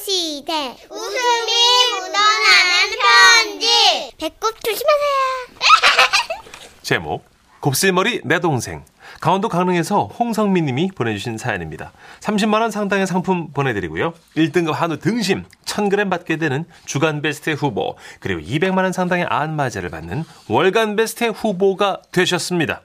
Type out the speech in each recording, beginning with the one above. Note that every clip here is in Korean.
시대 웃음이 묻어나는 편지 배꼽 조심하세요 제목 곱슬머리 내 동생 강원도 강릉에서 홍성민 님이 보내주신 사연입니다. 30만 원 상당의 상품 보내드리고요. 1등급 한우 등심 1000g 받게 되는 주간베스트 후보 그리고 200만 원 상당의 안마자를 받는 월간베스트 후보가 되셨습니다.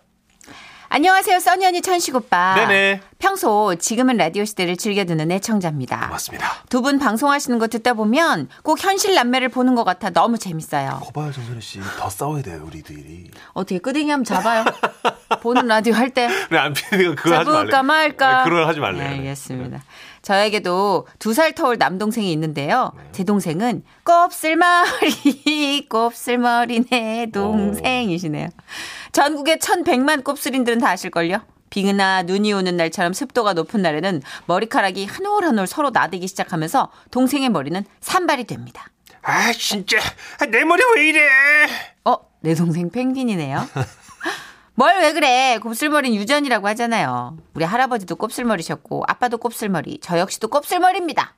안녕하세요, 써니 언니 천식 오빠. 네네. 평소 지금은 라디오 시대를 즐겨 듣는 애청자입니다. 고맙습니다. 두 분 방송하시는 거 듣다 보면 꼭 현실 남매를 보는 것 같아 너무 재밌어요. 거봐요 정선희 씨더 싸워야 돼요 우리들이. 어떻게 끄댕이 한번 잡아요. 보는 라디오 할 때. 그래 안 피디가 그걸 하지 말래. 아, 네, 잡을까 말까. 예, 그걸 하지 말래. 알겠습니다. 저에게도 두 살 터울 남동생이 있는데요. 네. 제 동생은 곱슬머리, 곱슬머리 내 동생이시네요. 전국의 1100만 곱슬인들은 다 아실걸요? 빙이나 눈이 오는 날처럼 습도가 높은 날에는 머리카락이 한 올 한 올 서로 나대기 시작하면서 동생의 머리는 산발이 됩니다. 아 진짜 아, 내 머리 왜 이래? 어, 내 동생 펭귄이네요. 뭘 왜 그래? 곱슬머리는 유전이라고 하잖아요. 우리 할아버지도 곱슬머리셨고 아빠도 곱슬머리, 저 역시도 곱슬머리입니다.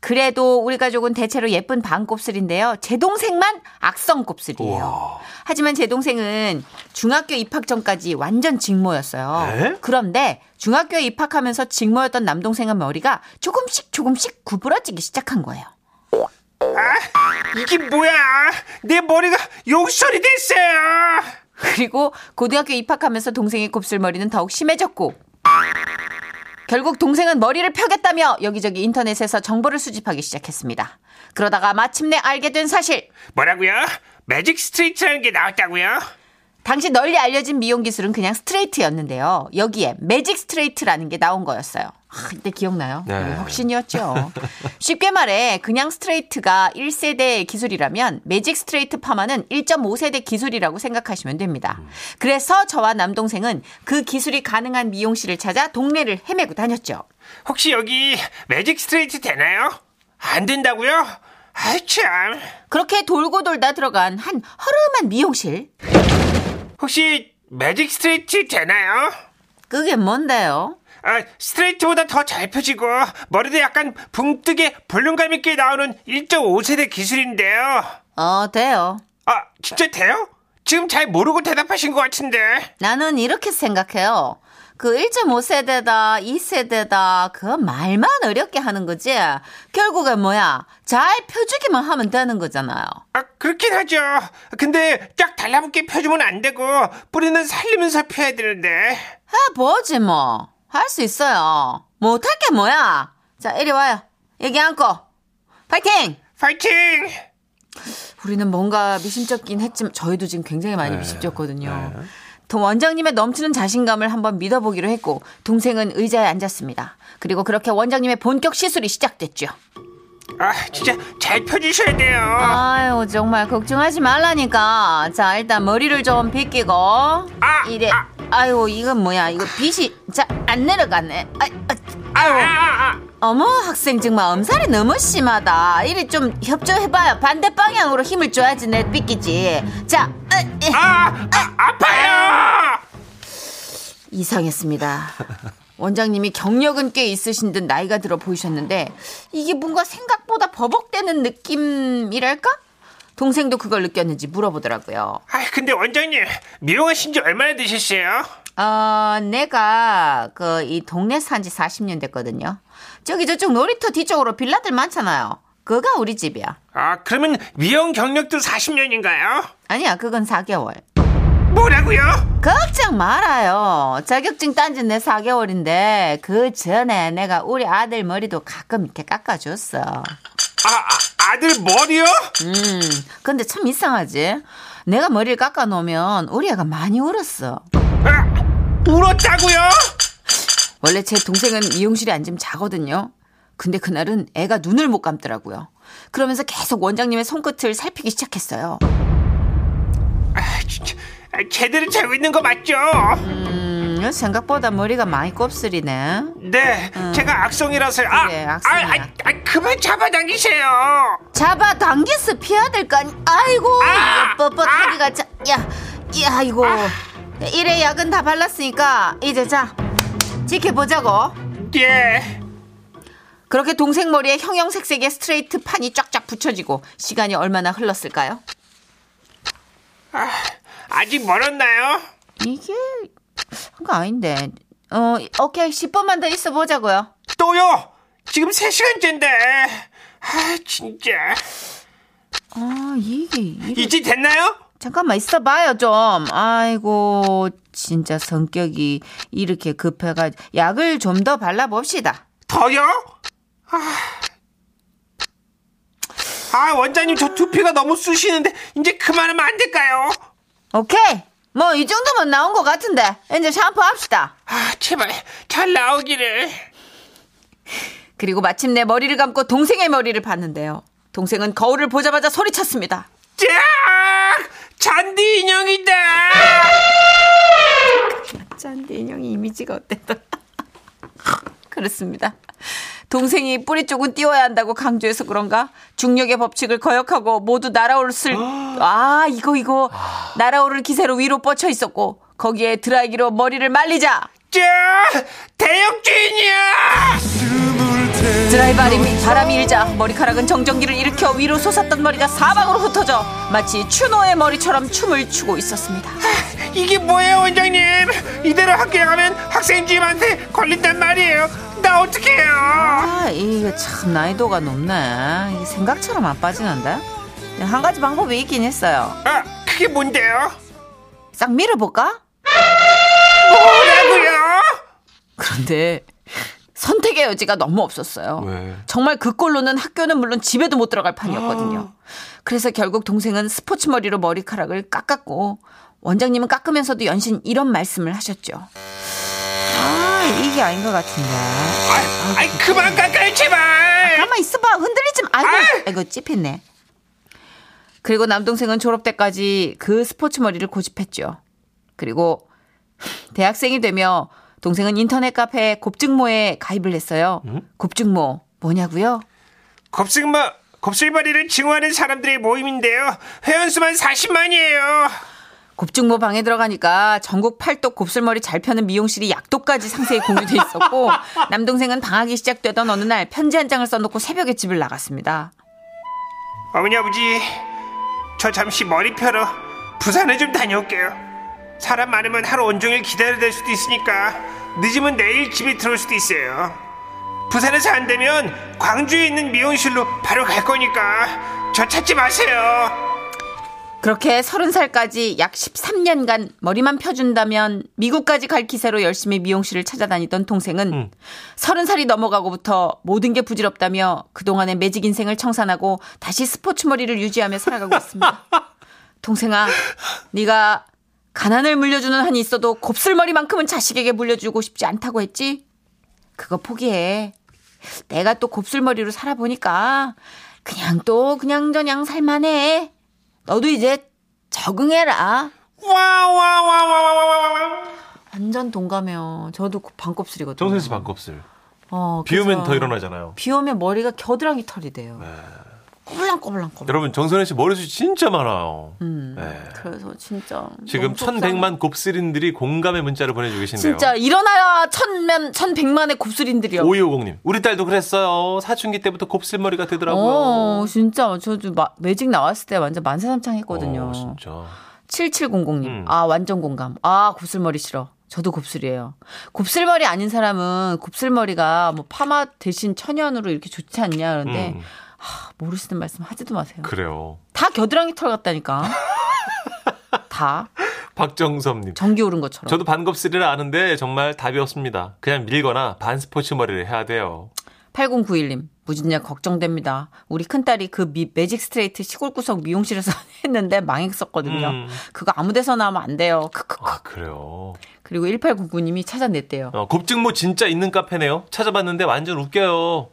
그래도 우리 가족은 대체로 예쁜 반곱슬인데요. 제 동생만 악성 곱슬이에요. 우와. 하지만 제 동생은 중학교 입학 전까지 완전 직모였어요. 에? 그런데 중학교에 입학하면서 직모였던 남동생의 머리가 조금씩 조금씩 구부러지기 시작한 거예요. 이게 뭐야? 내 머리가 용설이 됐어요. 그리고 고등학교 입학하면서 동생의 곱슬머리는 더욱 심해졌고 결국 동생은 머리를 펴겠다며 여기저기 인터넷에서 정보를 수집하기 시작했습니다. 그러다가 마침내 알게 된 사실. 뭐라고요? 매직 스트레이트라는 게 나왔다고요? 당시 널리 알려진 미용 기술은 그냥 스트레이트였는데요. 여기에 매직 스트레이트라는 게 나온 거였어요. 아, 이때 기억나요? 네. 이거 혁신이었죠. 쉽게 말해 그냥 스트레이트가 1세대 기술이라면 매직 스트레이트 파마는 1.5세대 기술이라고 생각하시면 됩니다. 그래서 저와 남동생은 그 기술이 가능한 미용실을 찾아 동네를 헤매고 다녔죠. 혹시 여기 매직 스트레이트 되나요? 안 된다고요? 아이 참. 그렇게 돌고 돌다 들어간 한 허름한 미용실. 혹시 매직 스트레이트 되나요? 그게 뭔데요? 아, 스트레이트보다 더 잘 펴지고 머리도 약간 붕뜨게 볼륨감 있게 나오는 1.5세대 기술인데요. 어, 돼요. 아, 진짜 돼요? 지금 잘 모르고 대답하신 것 같은데. 나는 이렇게 생각해요. 그 1.5세대다, 2세대다, 그 말만 어렵게 하는 거지. 결국엔 뭐야? 잘 펴주기만 하면 되는 거잖아요. 아, 그렇긴 하죠. 근데 딱 달라붙게 펴주면 안 되고 뿌리는 살리면서 펴야 되는데. 해보지 뭐. 할 수 있어요. 못할 게 뭐야? 자, 이리 와요. 여기 앉고. 파이팅! 파이팅! 우리는 뭔가 미심쩍긴 했지만 저희도 지금 굉장히 많이 미심쩍거든요. 동 원장님의 넘치는 자신감을 한번 믿어보기로 했고 동생은 의자에 앉았습니다. 그리고 그렇게 원장님의 본격 시술이 시작됐죠. 아, 진짜 잘 펴주셔야 돼요. 아, 아유 정말 걱정하지 말라니까. 자 일단 머리를 좀 빗기고 이래. 아, 아유 이건 뭐야? 이거 빗이 자 안 내려가네. 아, 아, 아, 아, 아. 어머 학생 정말 엄살이 너무 심하다. 이리 좀 협조해봐요. 반대 방향으로 힘을 줘야지 내 빗기지. 자. 아, 에. 아, 아, 아파요! 이상했습니다. 원장님이 경력은 꽤 있으신 듯 나이가 들어 보이셨는데 이게 뭔가 생각보다 버벅대는 느낌이랄까? 동생도 그걸 느꼈는지 물어보더라고요. 아, 근데 원장님, 미용하신 지 얼마나 되셨어요? 어, 내가 그 이 동네 산지 40년 됐거든요. 저기 저쪽 놀이터 뒤쪽으로 빌라들 많잖아요. 그가 우리 집이야. 아, 그러면 미용 경력도 40년인가요? 아니야, 그건 4개월. 뭐라고요? 아, 걱정 말아요. 자격증 딴지 내 4개월인데 그 전에 내가 우리 아들 머리도 가끔 이렇게 깎아줬어. 아, 아 아들 머리요? 음, 근데 참 이상하지? 내가 머리를 깎아놓으면 우리 애가 많이 울었어. 아, 울었다고요? 원래 제 동생은 미용실에 앉으면 자거든요. 근데 그날은 애가 눈을 못 감더라고요. 그러면서 계속 원장님의 손끝을 살피기 시작했어요. 아, 진짜. 아, 제대로 자고 있는 거 맞죠? 음, 생각보다 머리가 많이 곱슬이네. 네, 제가 악성이라서요. 그래, 아, 아, 어. 네, 악성이야. 아, 아, 그만 잡아당기세요. 잡아 당겨서 피해야 될 거 아니? 아이고, 아! 이거 뻣뻣하기가 자, 야, 야, 이거. 이래 약은 다 발랐으니까 이제 자 지켜보자고. 예. 그렇게 동생 머리에 형형색색의 스트레이트 판이 쫙쫙 붙여지고 시간이 얼마나 흘렀을까요? 아직 멀었나요? 이게 한 거 아닌데. 어, 오케이. 10번만 더 있어 보자고요. 또요. 지금 3시간째인데. 아, 진짜. 아, 이게 이래. 이제 됐나요? 잠깐만 있어 봐요 좀. 아이고, 진짜 성격이 이렇게 급해 가 약을 좀 더 발라 봅시다. 더요? 아. 아, 원장님 저 두피가 너무 쑤시는데 이제 그만하면 안 될까요? 오케이. 뭐 이 정도면 나온 것 같은데. 이제 샴푸합시다. 아, 제발 잘 나오기를. 그리고 마침내 머리를 감고 동생의 머리를 봤는데요. 동생은 거울을 보자마자 소리쳤습니다. 짝! 잔디 인형이다. 짠디 인형이 이미지가 어땠다. 그렇습니다. 동생이 뿌리 쪽은 띄워야 한다고 강조해서 그런가 중력의 법칙을 거역하고 모두 날아올 쓸아 이거 이거 날아오를 기세로 위로 뻗쳐 있었고 거기에 드라이기로 머리를 말리자 짝! 대역주인이야! 드라이 바람이, 바람이 일자 머리카락은 정전기를 일으켜 위로 솟았던 머리가 사방으로 흩어져 마치 추노의 머리처럼 춤을 추고 있었습니다. 이게 뭐예요, 원장님? 이대로 학교에 가면 학생 주임한테 걸린단 말이에요. 나 어떡해요? 아, 이거 참 난이도가 높네. 이게 생각처럼 안 빠지는데? 네, 한 가지 방법이 있긴 했어요. 아, 그게 뭔데요? 싹 밀어볼까? 뭐라고요? 그런데 선택의 여지가 너무 없었어요. 왜? 정말 그 꼴로는 학교는 물론 집에도 못 들어갈 판이었거든요. 그래서 결국 동생은 스포츠 머리로 머리카락을 깎았고 원장님은 깎으면서도 연신 이런 말씀을 하셨죠. 아, 이게 아닌 것 같은데. 아, 아이 그만 깎아요 제발. 가만 있어봐. 흔들리지 마. 아이고, 아이! 아이고 찝혔네. 그리고 남동생은 졸업 때까지 그 스포츠 머리를 고집했죠. 그리고 대학생이 되며 동생은 인터넷 카페 곱증모에 가입을 했어요. 곱증모 뭐냐고요? 겁슬마 겁슬머리를 증오하는 사람들의 모임인데요. 회원 수만 40만이에요. 곱증모 방에 들어가니까 전국 팔도 곱슬머리 잘 펴는 미용실이 약도까지 상세히 공유돼 있었고 남동생은 방학이 시작되던 어느 날 편지 한 장을 써놓고 새벽에 집을 나갔습니다. 어머니 아버지, 저 잠시 머리 펴러 부산에 좀 다녀올게요. 사람 많으면 하루 온종일 기다려야 될 수도 있으니까 늦으면 내일 집에 들어올 수도 있어요. 부산에서 안 되면 광주에 있는 미용실로 바로 갈 거니까 저 찾지 마세요. 그렇게 서른 살까지 약 13년간 머리만 펴준다면 미국까지 갈 기세로 열심히 미용실을 찾아다니던 동생은 서른 살이 넘어가고부터 모든 게 부질없다며 그동안의 매직 인생을 청산하고 다시 스포츠 머리를 유지하며 살아가고 있습니다. 동생아, 네가 가난을 물려주는 한이 있어도 곱슬머리만큼은 자식에게 물려주고 싶지 않다고 했지? 그거 포기해. 내가 또 곱슬머리로 살아보니까 그냥 또 그냥저냥 살만해. 너도 이제 적응해라. 와와와와와와와. 완전 동감해요. 저도 그 반곱슬이거든요. 정선수 반곱슬. 어, 비 오면 그래서 더 네. 일어나잖아요. 비 오면 머리가 겨드랑이 털이 돼요. 꼬불랑꼬불랑꼬불랑. 여러분 정선혜 씨 머리숱 진짜 많아요. 네. 그래서 진짜 지금 음, 너무 속상해. 1100만 곱슬인들이 공감의 문자를 보내주고 계신데요. 진짜 일어나라 천면 천백만의 곱슬인들이요. 5250님. 우리 딸도 그랬어요. 사춘기 때부터 곱슬머리가 되더라고요. 어, 진짜 저도 마, 매직 나왔을 때 완전 만세삼창했거든요. 어, 진짜. 7700님. 음. 아, 완전 공감. 아, 곱슬머리 싫어. 저도 곱슬이에요. 곱슬머리 아닌 사람은 곱슬머리가 뭐 파마 대신 천연으로 이렇게 좋지 않냐 그런데 음. 하, 모르시는 말씀 하지도 마세요. 그래요. 다 겨드랑이 털 같다니까. 다 박정섭님. 전기 오른 것처럼. 저도 반곱슬이라 아는데 정말 답이 없습니다. 그냥 밀거나 반스포츠 머리를 해야 돼요. 8091님. 무진장 걱정됩니다. 우리 큰딸이 그 미- 매직 스트레이트 시골 구석 미용실에서 했는데 망했었거든요. 음. 그거 아무 데서나 하면 안 돼요. 크크크. 아, 그래요. 그리고 1899님이 찾아냈대요. 어, 뭐 곱증모 진짜 있는 카페네요. 찾아봤는데 완전 웃겨요.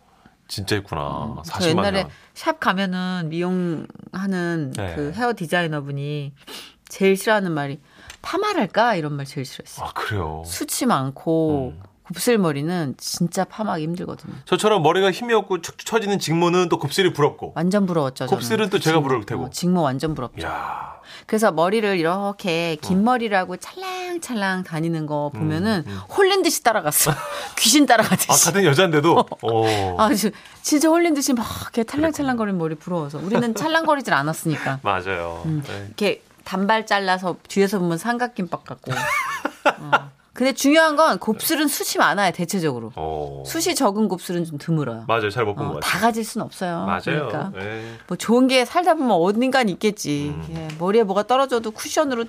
진짜 있구나. 음, 저 40만 옛날에 원. 샵 가면은 미용하는 네. 그 헤어 디자이너 분이 아, 제일 싫어하는 말이 파마랄까 이런 말 제일 싫어했어요. 아, 그래요. 음. 수치 많고 곱슬머리는 진짜 파마하기 힘들거든요. 저처럼 머리가 힘이 없고 척 처지는 직모는 또 곱슬이 부럽고. 완전 부러웠죠. 저는. 곱슬은 또 제가 부러울 테고. 어, 직모 완전 부럽죠. 야 그래서 머리를 이렇게 어. 긴 머리라고 찰랑찰랑 다니는 거 음, 보면은 홀린 듯이 따라갔어. 귀신 따라가듯이. 아, 같은 여잔데도. 오. 아, 지- 진짜 홀린 듯이 막 이렇게 찰랑찰랑거리는 머리 부러워서. 우리는 찰랑거리질 않았으니까. 맞아요. 음. 네. 이렇게 단발 잘라서 뒤에서 보면 삼각김밥 같고. 어. 근데 중요한 건 곱슬은 숱이 많아요, 대체적으로. 오. 숱이 적은 곱슬은 좀 드물어요. 어. 맞아요. 잘 못 본 어, 것 다 같아요. 가질 순 없어요. 맞아요. 그러니까. 네. 뭐 좋은 게 살다 보면 어딘가는 있겠지. 음. 예, 머리에 뭐가 떨어져도 쿠션으로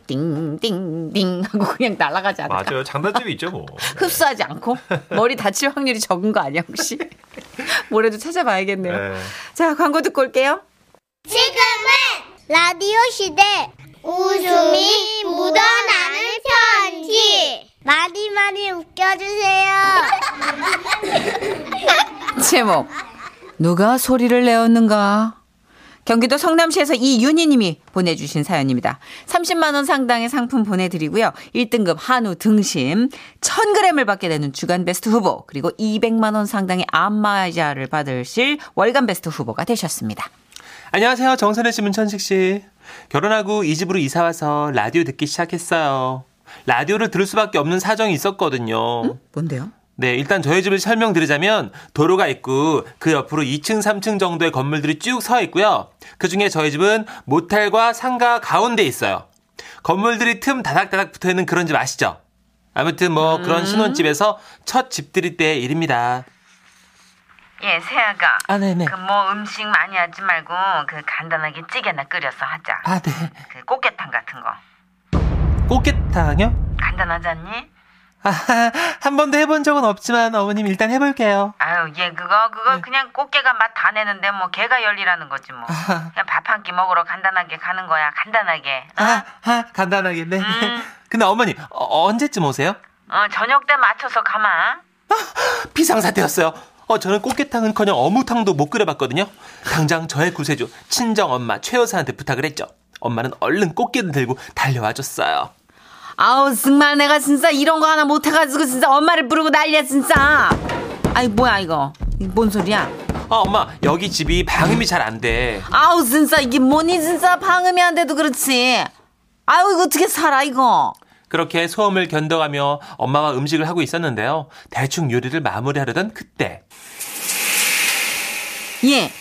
띵띵띵 하고 그냥 날아가지 네. 않을까. 맞아요. 장단점이 있죠, 뭐. 흡수하지 않고 머리 다칠 확률이 적은 거 아니야 혹시? 뭐래도 찾아봐야겠네요. 네. 자 광고 듣고 올게요. 지금은 라디오 시대 웃음이 묻어나는 편지 많이 많이 웃겨주세요 제목 누가 소리를 내었는가? 경기도 성남시에서 이윤희님이 보내주신 사연입니다. 30만 원 상당의 상품 보내드리고요. 1등급 한우 등심 1,000g을 받게 되는 주간 베스트 후보 그리고 200만 원 상당의 안마자를 받으실 월간 베스트 후보가 되셨습니다. 안녕하세요. 정선혜 씨, 문천식 씨. 결혼하고 이 집으로 이사 와서 라디오 듣기 시작했어요. 라디오를 들을 수밖에 없는 사정이 있었거든요. 뭔데요? 네, 일단 저희 집을 설명드리자면 도로가 있고 그 옆으로 2층, 3층 정도의 건물들이 쭉 서 있고요. 그중에 저희 집은 모텔과 상가 가운데 있어요. 건물들이 틈 다닥다닥 붙어 있는 그런 집 아시죠? 아무튼 뭐 그런 신혼집에서 첫 집들이 때의 일입니다. 예, 세아가. 아, 네네. 그 뭐 음식 많이 하지 말고 그 간단하게 찌개나 끓여서 하자. 아, 네. 그 꽃게탕 같은 거. 꽃게탕요? 간단하지 않니? 아, 한 번도 해본 적은 없지만 어머님 일단 해볼게요. 아유, 예, 그거 그거 그냥 꽃게가 맛 다 내는데 뭐 개가 열리라는 거지 뭐. 그냥 밥 한 끼 먹으러 간단하게 가는 거야. 간단하게. 아, 아 간단하게, 네. 근데 어머니, 어, 언제쯤 오세요? 어, 저녁 때 맞춰서 가마. 비상사태였어요. 어, 저는 꽃게탕은커녕 어묵탕도 못 끓여봤거든요. 당장 저의 구세주 친정 엄마 최 여사한테 부탁을 했죠. 엄마는 얼른 꽃게를 들고 달려와줬어요. 아우 정말 내가 진짜 이런 거 하나 못해가지고 진짜 엄마를 부르고 난리야 진짜 아이 뭐야 이거 이뭔 소리야 아 엄마 여기 집이 방음이 잘 안 돼. 아우 진짜 이게 뭐니 진짜 방음이 안 돼도 그렇지 아유 이거 어떻게 살아 이거 그렇게 소음을 견뎌가며 엄마와 음식을 하고 있었는데요. 대충 요리를 마무리하려던 그때 예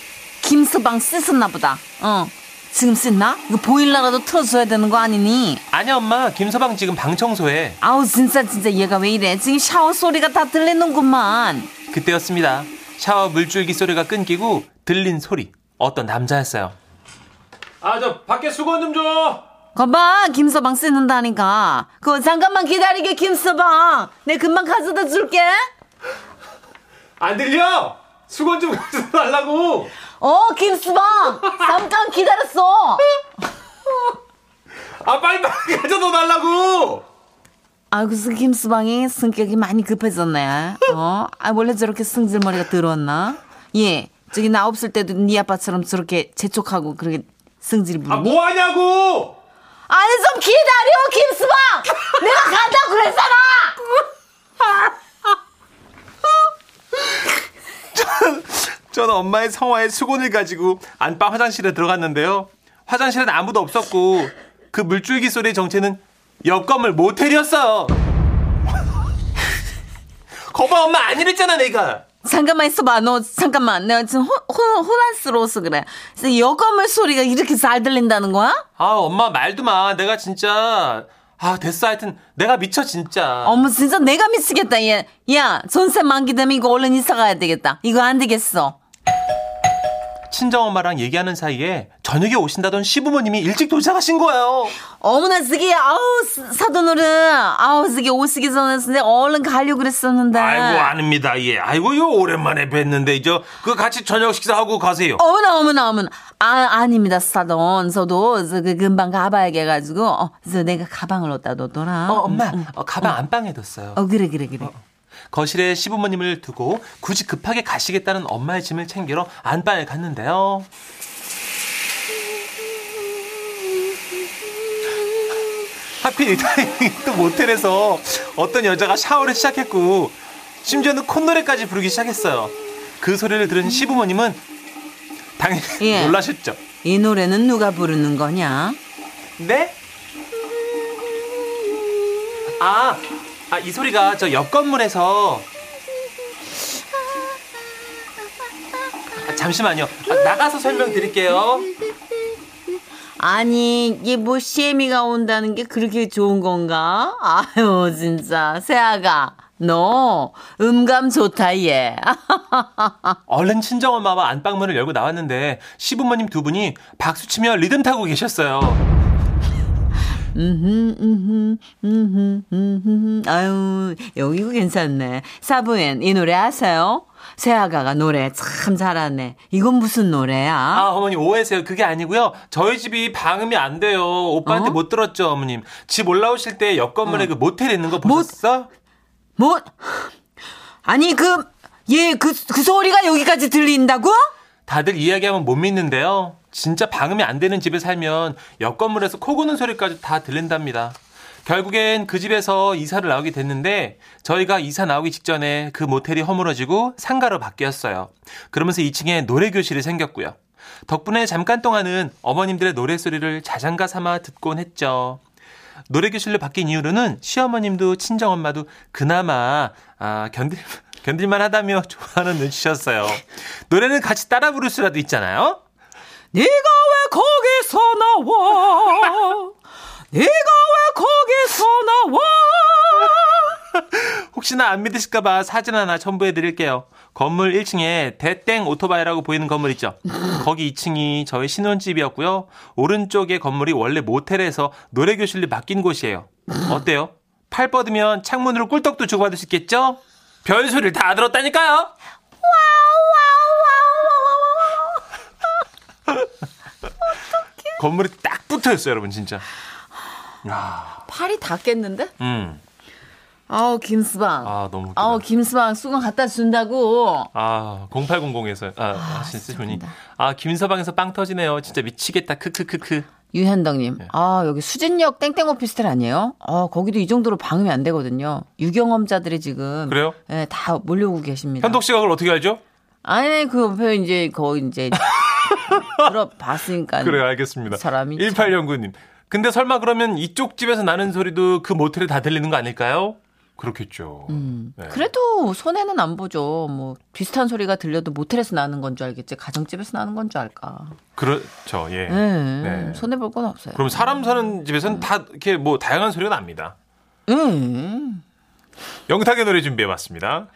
김서방 씻었나 보다 어 지금 씻나? 이거 보일러라도 틀어줘야 되는 거 아니니 아니야 엄마 김서방 지금 방 청소해. 아우 진짜 진짜 얘가 왜 이래 지금 샤워 소리가 다 들리는구만 그때였습니다. 샤워 물줄기 소리가 끊기고 들린 소리 어떤 남자였어요. 아 저 밖에 수건 좀 줘. 거봐 김서방 씻는다니까 그거 잠깐만 기다리게 김서방 내 금방 가져다 줄게 안 들려! 수건 좀 가져다 달라고! 어 김서방 잠깐 기다렸어 아, 빨리 빨리 가져다 달라고! 아 그래서 김서방이 성격이 많이 급해졌네 어? 아 원래 저렇게 승질머리가 들었나 예 저기 나 없을 때도 네 아빠처럼 저렇게 재촉하고 그렇게 승질 아, 부리니 뭐 뭐하냐고! 아니 좀 기다려 김수방 내가 간다고 그랬잖아 저는 엄마의 성화에 수건을 가지고 안방 화장실에 들어갔는데요. 화장실엔 아무도 없었고, 그 물줄기 소리의 정체는 옆 건물 모텔이었어요! 거봐, 엄마 안 이랬잖아, 내가! 잠깐만 있어봐 너 잠깐만 내가 지금 호, 호, 혼란스러워서 그래 지금 여건물 소리가 이렇게 잘 들린다는 거야? 아, 엄마 말도 마. 내가 진짜. 아, 됐어. 하여튼, 내가 미쳐, 진짜. 어머 진짜 내가 미치겠다 얘. 야 전세 만기 되면 이거 얼른 이사 가야 되겠다 이거 안 되겠어 친정엄마랑 얘기하는 사이에 저녁에 오신다던 시부모님이 일찍 도착하신 거예요. 어머나 쓰기 아우 스- 사돈으로 아우 쓰기 오시기 전에 진짜 얼른 가려고 그랬었는데 아이고 아닙니다. 예. 아이고 요 오랜만에 뵀는데 이제 그 같이 저녁 식사하고 가세요. 어머나 어머나 어머나 아 아닙니다 사돈 저도 저 그 금방 가봐야겠가지고 어, 저 내가 가방을 어디다 놓더라 어, 가방 안방에 뒀어요. 어 그래 그래 그래 거실에 시부모님을 두고 굳이 급하게 가시겠다는 엄마의 짐을 챙기러 안방에 갔는데요. 하필 이 타이밍이 또 모텔에서 어떤 여자가 샤워를 시작했고 심지어는 콧노래까지 부르기 시작했어요. 그 소리를 들은 시부모님은 당연히 예. 놀라셨죠. 이 노래는 누가 부르는 거냐? 네? 아, 아, 이 소리가 저 옆 건물에서. 아, 잠시만요. 아, 나가서 설명드릴게요. 아니 이게 뭐 시애미가 온다는 게 그렇게 좋은 건가? 아유 진짜 세아가 너 음감 좋다 얘. 얼른 친정엄마와 안방문을 열고 나왔는데 시부모님 두 분이 박수치며 리듬 타고 계셨어요. 음흠, 음흠, 음흠, 음흠. 아유 여기 이거 괜찮네. 사부엔 이 노래 아세요? 세아가가 노래 참 잘하네. 이건 무슨 노래야? 아, 어머니 오해세요. 그게 아니고요. 저희 집이 방음이 안 돼요. 오빠한테 어? 못 들었죠, 어머님. 집 올라오실 때 옆 건물에 그 모텔 있는 거 못- 보셨어? 뭐? 아니 그 얘 그 그 소리가 여기까지 들린다고? 다들 이야기하면 못 믿는데요. 진짜 방음이 안 되는 집에 살면 옆 건물에서 코 고는 소리까지 다 들린답니다. 결국엔 그 집에서 이사를 나오게 됐는데 저희가 이사 나오기 직전에 그 모텔이 허물어지고 상가로 바뀌었어요. 그러면서 2층에 노래 교실이 생겼고요. 덕분에 잠깐 동안은 어머님들의 노래 소리를 자장가 삼아 듣곤 했죠. 노래 교실로 바뀐 이후로는 시어머님도 친정엄마도 그나마 아, 견딜 견딜만 하다며 좋아하는 눈치셨어요. 노래는 같이 따라 부를 수라도 있잖아요. 네가 왜 거기서 나와? 네가 왜 거기서 나와? 혹시나 안 믿으실까봐 사진 하나 첨부해 드릴게요. 건물 1층에 대땡 오토바이라고 보이는 건물 있죠. 거기 2층이 저희 신혼집이었고요. 오른쪽의 건물이 원래 모텔에서 노래교실로 바뀐 곳이에요. 어때요? 팔 뻗으면 창문으로 꿀떡도 주고받을 수 있겠죠? 별소리를 다 들었다니까요. 건물이 딱 붙어있어요, 여러분 진짜. 팔이 닿겠는데? 음, 아우 김수방. 아 너무. 웃기다. 아우 김수방 수건 갖다 준다고. 아, 0800에서 아, 하신 분이 아, 김서방에서 빵 터지네요. 진짜 미치겠다. 크크크크. 유현덕님, 예. 아 여기 수진역 땡땡 오피스텔 아니에요? 아 거기도 이 정도로 방음이 안 되거든요. 유경험자들이 지금 그래요? 예, 다 몰려오고 계십니다. 현덕 씨가 그걸 어떻게 알죠? 아니 그 옆에 이제 거 이제 들어봤으니까. 그래요, 알겠습니다. 사람이 1809님. 근데 설마 그러면 이쪽 집에서 나는 소리도 그 모텔에 다 들리는 거 아닐까요? 그렇겠죠. 음. 네. 그래도 손해는 안 보죠. 뭐 비슷한 소리가 들려도 모텔에서 나는 건 줄 알겠지. 가정집에서 나는 건 줄 알까. 그렇죠. 예. 예. 네. 손해 볼 건 없어요. 그럼 사람 사는 집에서는 다 이렇게 뭐 다양한 소리가 납니다. 예. 영탁의 노래 준비해 봤습니다.